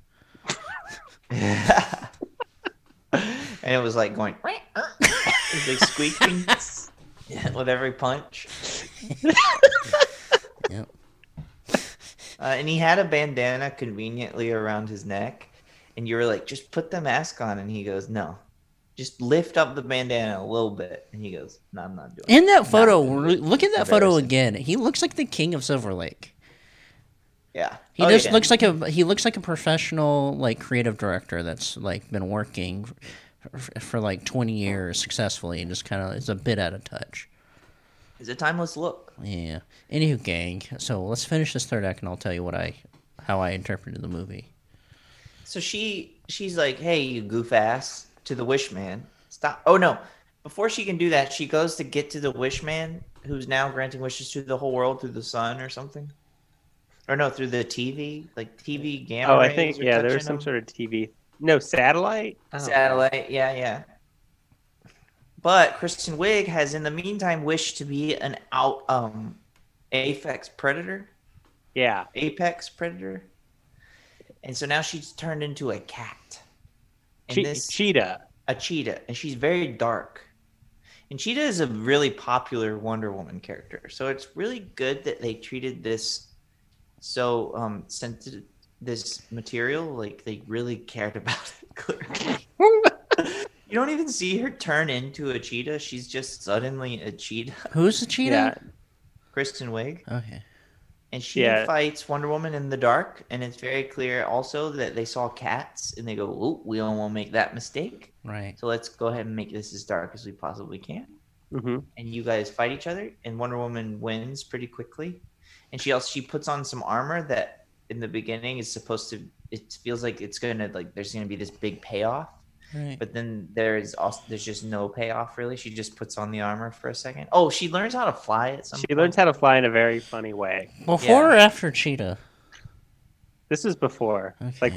D: and it was like going. "Meow, meow." It was like squeaking with every punch.
B: Yep.
D: Uh, and he had a bandana conveniently around his neck. And you were like, just put the mask on. And he goes, no. Just lift up the bandana a little bit. And he goes, no, I'm not doing it.
B: In that photo, re- look at that photo
D: Embarrassing.
B: again. He looks like the king of Silver Lake.
D: Yeah.
B: He
D: Oh,
B: just
D: yeah.
B: looks like a he looks like a professional like creative director that's like been working f- f- for like 20 years successfully and just kind of is a bit out of touch.
D: It's a timeless look.
B: Yeah. Anywho, gang. So let's finish this third act, and I'll tell you what I how I interpreted the movie.
D: So she she's like, hey, you goof ass to the wish man. Stop. Oh, no. Before she can do that, she goes to get to the wish man who's now granting wishes to the whole world through the sun or something. Or no, through the TV, like TV gamma.
C: Oh, I
D: rays
C: think
D: are
C: yeah, there
D: touching
C: was some
D: him.
C: sort oh. of TV. No satellite.
D: Satellite, yeah, yeah. But Kristen Wiig has, in the meantime, wished to be an out um, apex predator,
C: Yeah,
D: apex predator, and so now she's turned into a cat, and
C: che-
D: this
C: cheetah.
D: a cheetah, and she's very dark. And Cheetah is a really popular Wonder Woman character, so it's really good that they treated this so um, sensitive, this material like they really cared about it. Clearly. You don't even see her turn into a cheetah. She's just suddenly a cheetah,
B: Who's the cheetah?
D: Kristen Wiig,
B: Okay.
D: and she
C: Yeah.
D: fights Wonder Woman in the dark. And it's very clear also that they saw cats and they go, "Ooh, we don't want to make that mistake.
B: Right.
D: So let's go ahead and make this as dark as we possibly can."
C: hmm
D: And you guys fight each other, and Wonder Woman wins pretty quickly. And she also she puts on some armor that in the beginning is supposed to. It feels like it's gonna like there's gonna be this big payoff.
B: Right.
D: But then there is also there's just no payoff really. She just puts on the armor for a second. Oh, she learns how to fly at some.
C: She learns how to fly in a very funny way.
B: Before or after cheetah?
C: This was before.
B: Okay.
C: Like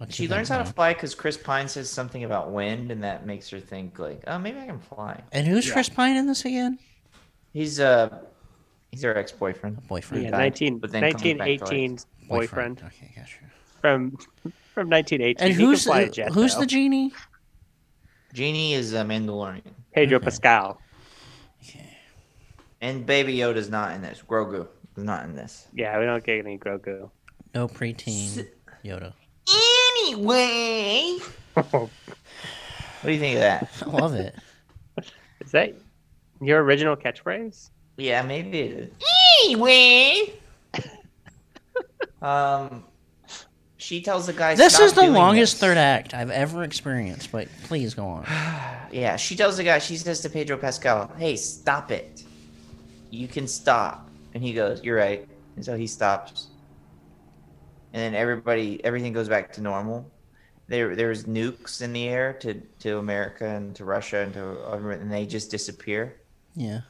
B: Okay,
D: She
B: then,
D: learns how to
B: uh,
D: fly because Chris Pine says something about wind, and that makes her think like, oh, maybe I can fly.
B: And who's Chris Pine in this again?
D: He's uh, he's her ex boyfriend.
B: Boyfriend.
C: yeah,
D: died,
C: 19,
D: but then comes back to
C: 1918's boyfriend
B: Okay, gotcha.
C: from from 1918.
B: And
C: He can
B: who's
C: fly a
B: the,
C: jet,
B: who's
C: though.
B: the genie?
D: Genie is a Mandalorian,
C: Pedro
B: Okay.
C: Pascal?
D: and Baby Yoda's not in this. Grogu is not in this.
C: Yeah, we don't get any Grogu.
B: No preteen Yoda.
D: Anyway, what do you think of that?
B: I love it.
C: Is that your original catchphrase?
D: Yeah, maybe it is. Anyway. um, she tells the guy.
B: this
D: "Stop
B: is the
D: doing
B: longest
D: this."
B: third act I've ever experienced, but please go on.
D: Yeah, she tells the guy. She says to Pedro Pascal, "Hey, stop it. You can stop." And he goes, "You're right." And so he stops. And then everybody, everything goes back to normal. There, there was nukes in the air to to America and to Russia and to, and they just disappear.
B: Yeah.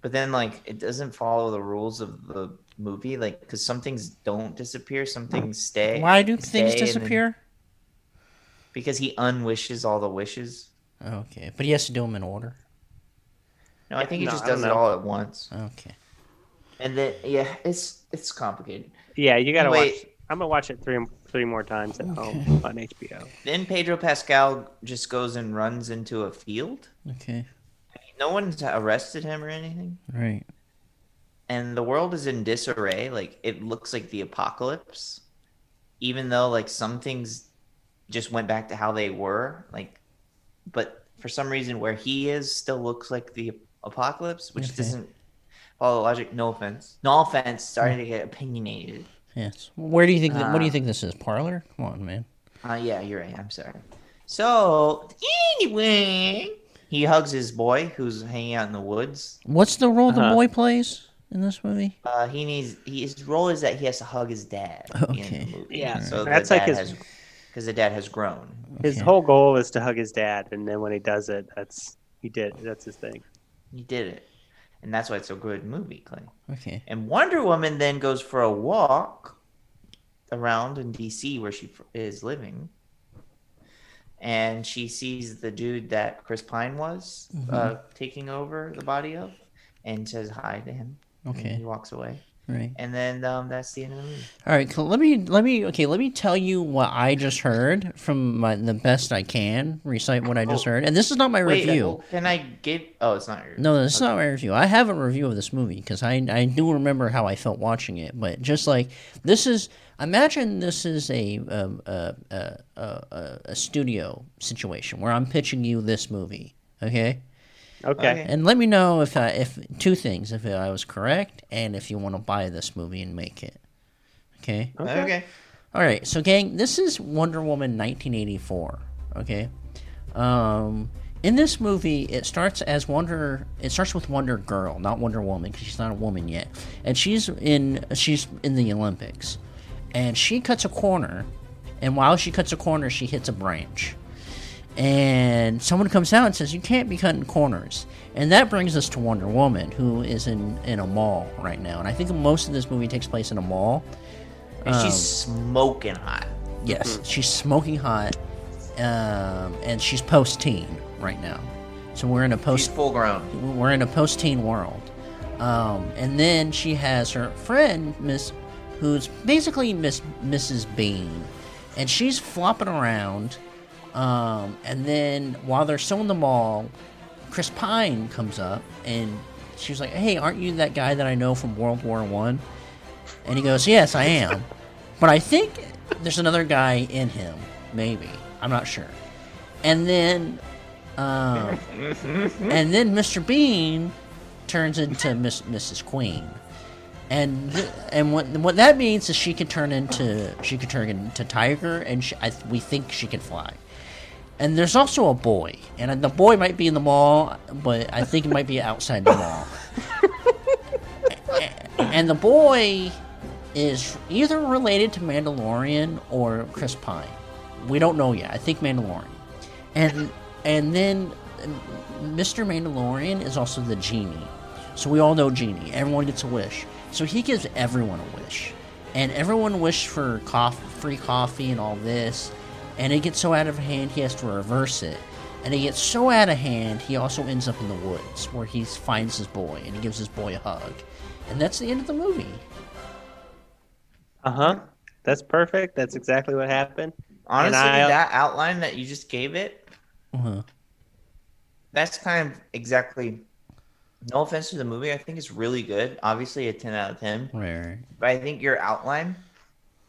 D: but then like it doesn't follow the rules of the movie like because some things don't disappear some things stay
B: Why do things
D: stay, and then-
B: disappear?
D: because he unwishes all the wishes
B: Oh, Okay, but he has to do them in order.
D: No, I think he
C: No,
D: just
C: I don't
D: does it
C: know.
D: all at once.
B: Okay.
D: And then yeah, it's it's complicated.
C: Yeah, you gotta
D: Wait.
C: watch. I'm gonna watch it three three more times at home on HBO.
D: Then Pedro Pascal just goes and runs into a field.
B: Okay.
D: No one's arrested him or anything.
B: Right.
D: And the world is in disarray. Like it looks like the apocalypse. Even though like some things just went back to how they were, like but for some reason where he is still looks like the apocalypse, which
B: Okay.
D: doesn't follow logic, no offense. No offense, starting to get opinionated.
B: Yes. Where do you think? that
C: Ah.
B: what do you think this is? Parlor? Come on, man.
D: Uh, yeah, you're right. I'm sorry. So, anyway, he hugs his boy who's hanging out in the woods.
B: What's the role
C: Uh-huh.
B: the boy plays in this movie?
D: Uh, he needs he, his role is that he has to hug his dad. at the end of the
B: Okay.
D: movie.
C: Yeah,
D: So
C: that's
D: the
C: like
D: dad
C: his-
D: has because the dad has grown.
C: His
B: Okay.
C: whole goal is to hug his dad, and then when he does it, that's he did. That's his thing.
D: He did it, and that's why it's a good movie, Clay.
B: Okay.
D: And Wonder Woman then goes for a walk around in DC where she is living. And she sees the dude that Chris Pine was
B: Mm-hmm.
D: uh, taking over the body of and says hi to him.
B: Okay.
D: And he walks away.
B: Right.
D: And then um, that's the end of the movie.
B: All right, cool. let me let me okay, let me tell you what I just heard from my, the best I can. Recite what I just heard, and this is not my
D: Wait, uh,
B: review.
D: well, can I give. Oh, it's not your.
B: No, this is not my review. I have a review of this movie because I I do remember how I felt watching it, but just like this is imagine this is a um, a, a, a, a, a studio situation where I'm pitching you this movie, okay?
C: Okay.
D: Okay.
B: And let me know if I, if two things if I was correct and if you want to buy this movie and make it, okay?
D: Okay.
B: All right, so gang, this is Wonder Woman 1984. Okay, um, in this movie, it starts as Wonder. It starts with Wonder Girl, not Wonder Woman, because she's not a woman yet, and she's in she's in the Olympics, and she cuts a corner, and while she cuts a corner, she hits a branch and someone comes out and says you can't be cutting corners and that brings us to wonder woman who is in, in a mall right now and i think most of this movie takes place in a mall
D: And
B: Um,
D: she's smoking hot.
B: Yes, she's smoking hot, um, and she's post-teen right now. So we're in a
D: She's
B: post
D: full grown.
B: we're in a post-teen world, um, and then she has her friend Miss, who's basically Miss Mrs. Bean, and she's flopping around, um, and then while they're still in the mall, Chris Pine comes up and she's like, "Hey, aren't you that guy that I know from World War One?" And he goes, Yes, I am. But I think there's another guy in him. Maybe. I'm not sure. And then um, and then Mr. Bean turns into Miss, Mrs. Queen. And th- and what what that means is she can turn into she could turn into tiger and she, I, we think she can fly. And there's also a boy, and the boy might be in the mall, but I think it might be outside the mall and the boy is either related to Mandalorian or Chris Pine. We don't know yet. I think Mandalorian. And and then um, Mr. Mandalorian is also the genie. So we all know genie. Everyone gets a wish. So he gives everyone a wish. And everyone wished for coffee, free coffee and all this. And it gets so out of hand he has to reverse it. And it gets so out of hand, he also ends up in the woods where he finds his boy and he gives his boy a hug. And that's the end of the movie.
C: Uh huh. That's perfect. That's exactly what happened.
D: Honestly,
C: I-
D: that outline that you just gave it,
B: Uh-huh.
D: that's kind of exactly no offense to the movie i think it's really good obviously a 10 out of 10
B: Right, right.
D: but i think your outline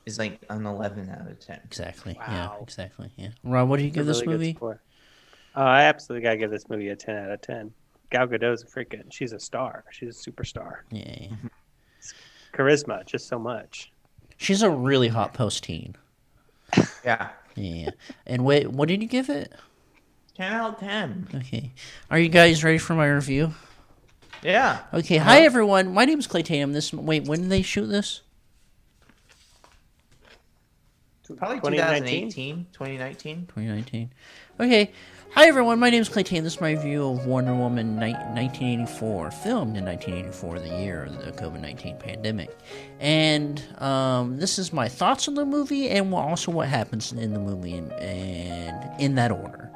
D: is like an 11 out of 10
B: Exactly.
C: Wow.
B: Yeah, exactly. Yeah. Rob, what do you give this
C: Really good
B: movie?
C: score. Oh, I absolutely gotta give this movie a ten out of ten. Gal Gadot's a freaking. She's a star. She's a superstar.
B: Yeah. yeah.
C: Charisma, just so much.
B: She's a really hot post teen.
D: yeah
B: Yeah. and wait, what did you give it?
D: 10 out of 10
B: Okay. Are you guys ready for my review?
D: yeah
B: Okay. Hi, everyone. My name is Clay Tatum. This. Wait, when did they shoot this?
D: probably
C: 2019?
D: 2018 2019
B: 2019. Okay. Hi, everyone. My name is Clay Tan. This is my review of Wonder Woman ni- 1984, filmed in 1984, the year of the COVID 19 pandemic. And um, this is my thoughts on the movie and wha- also what happens in the movie and, and in that order.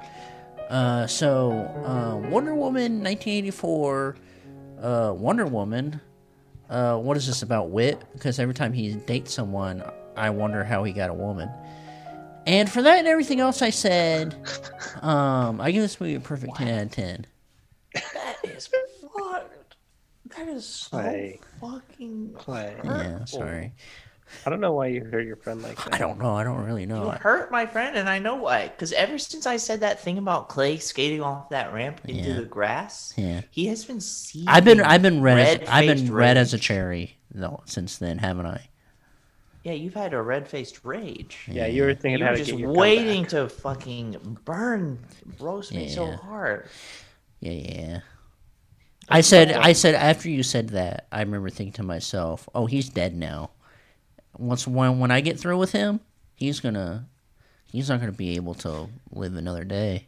B: Uh, so, uh, Wonder Woman 1984, uh, Wonder Woman. Uh, what is this about wit? Because every time he dates someone, I wonder how he got a woman. And for that and everything else I said, um, I give this movie a perfect 10 out of 10.
C: Play,
D: Fucking
C: play.
B: Yeah, sorry.
C: I don't know why you hurt your friend like that.
B: I don't know. I don't really know.
D: You
B: I-
D: hurt my friend, and I know why. Because ever since I said that thing about Clay skating off that ramp into
B: Yeah.
D: the grass,
B: Yeah.
D: he has been seeing.
B: I've been I've been red, as, I've
D: red-faced
B: been red
D: rage.
B: as a cherry though since then, haven't I?
D: Yeah, you've had a red faced rage.
C: Yeah, you were thinking
D: You
C: how
D: were
C: to
D: just
C: get your
D: waiting to fucking burn, roast me so
B: Yeah.
D: hard.
B: Yeah, yeah. I said I said after you said that, I remember thinking to myself, "Oh, he's dead now. Once when when I get through with him, he's gonna he's not gonna be able to live another day."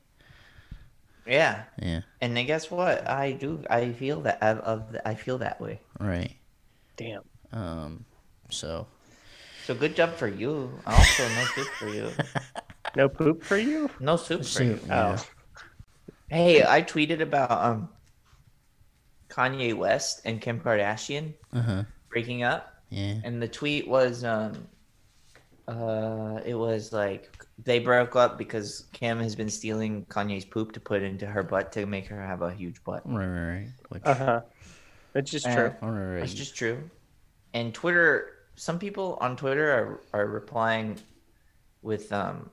D: Yeah,
B: Yeah,
D: and then guess what? I do. I feel that. I, of, I feel that way.
B: right.
C: Damn.
B: Um, so
D: So good job for you. Also, no soup for you.
C: No poop for you?
D: No soup for you.
B: Soup, yeah.
D: Oh. Hey, I tweeted about um Kanye West and Kim Kardashian
B: uh-huh.
D: breaking up,
B: Yeah.
D: and the tweet was um uh it was like they broke up because Kim has been stealing Kanye's poop to put into her butt to make her have a huge butt.
B: Right, right, right. Which,
C: Uh huh. That's just
D: Uh,
C: true.
B: all right,
D: It's
B: right.
D: just true. And Twitter, some people on Twitter are, are replying with, um,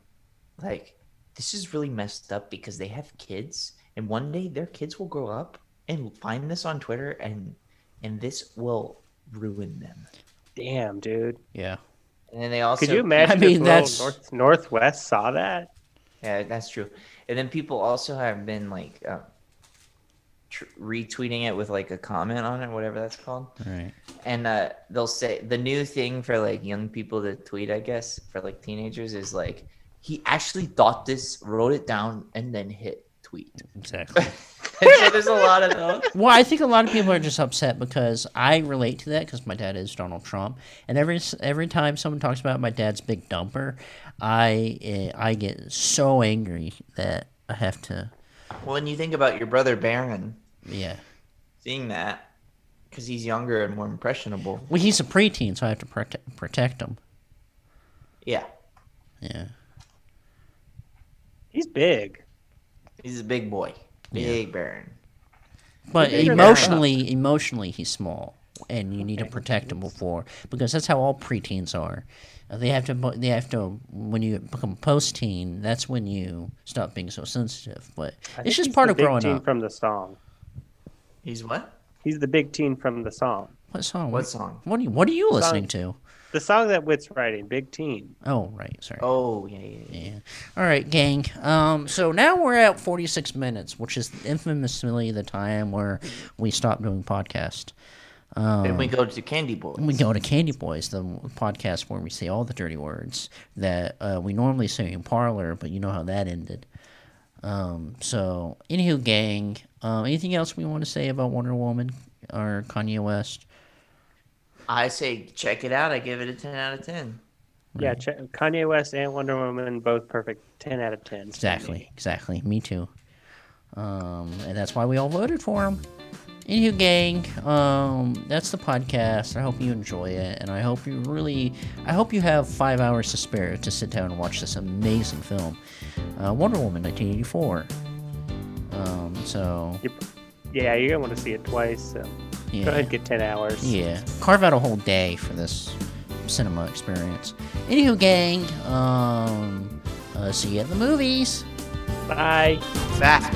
D: like, this is really messed up because they have kids, and one day their kids will grow up and find this on Twitter, and and this will ruin them.
C: Damn, dude.
B: Yeah.
D: And then they also
C: Could you imagine
B: mean,
C: if rural
B: that's-
C: North, Northwest saw that?
D: Yeah, that's true. And then people also have been like uh, tr- retweeting it with like a comment on it, whatever that's called.
B: All right.
D: and uh, they'll say the new thing for like young people to tweet, I guess, for like teenagers is like he actually thought this, wrote it down, and then hit tweet.
B: Exactly.
D: And so there's a lot of those.
B: Well, I think a lot of people are just upset because I relate to that because my dad is Donald Trump, and every every time someone talks about my dad's big dumper, I eh, I get so angry that I have to,
D: When you think about your brother Baron
B: yeah.
D: seeing that, because he's younger and more impressionable.
B: Well, he's a preteen, so I have to protect protect him.
D: Yeah,
B: Yeah,
C: He's big.
D: he's a big boy, big Baron.
B: but
C: bigger than
B: emotionally, emotionally he's small, and you need to protect him before because that's how all preteens are. Uh, They have to. bu- They have to. When you become post-teen, that's when you stop being so sensitive. But
C: I think
B: it's just
C: he's
B: part
C: the
B: of
C: big
B: growing
C: teen
B: up.
C: From the song.
D: He's what?
C: He's the big teen from the song.
B: What song?
D: What song?
B: What are you, what are you listening to?
C: The song that Witt's writing, Big Teen.
B: Oh, right. Sorry.
D: Oh yeah, yeah, yeah.
B: Yeah. All right, gang. Um, so now we're at 46 minutes, which is infamously the time where we stop doing podcast.
D: Then we go to Candy Boy.
B: Um, We go to Candy Boys, the podcast where we say all the dirty words that uh, we normally say in parlor, but you know how that ended. Um, so, anywho, gang. Um, anything else we want to say about Wonder Woman or Kanye West?
D: I say check it out. I give it a ten out of ten.
C: Yeah, check, Kanye West and Wonder Woman both perfect. Ten out of ten.
B: Exactly, exactly. Me too. Um, and that's why we all voted for him. Anywho, gang, um, that's the podcast. I hope you enjoy it, and I hope you really, I hope you have five hours to spare to sit down and watch this amazing film, uh, Wonder Woman, 1984. Um, so
C: You're, yeah, you're gonna want to see it twice. So
B: yeah,
C: go ahead, and get ten hours.
B: yeah, carve out a whole day for this cinema experience. Anywho, gang, um, uh, see you at the movies.
C: Bye.
D: Back.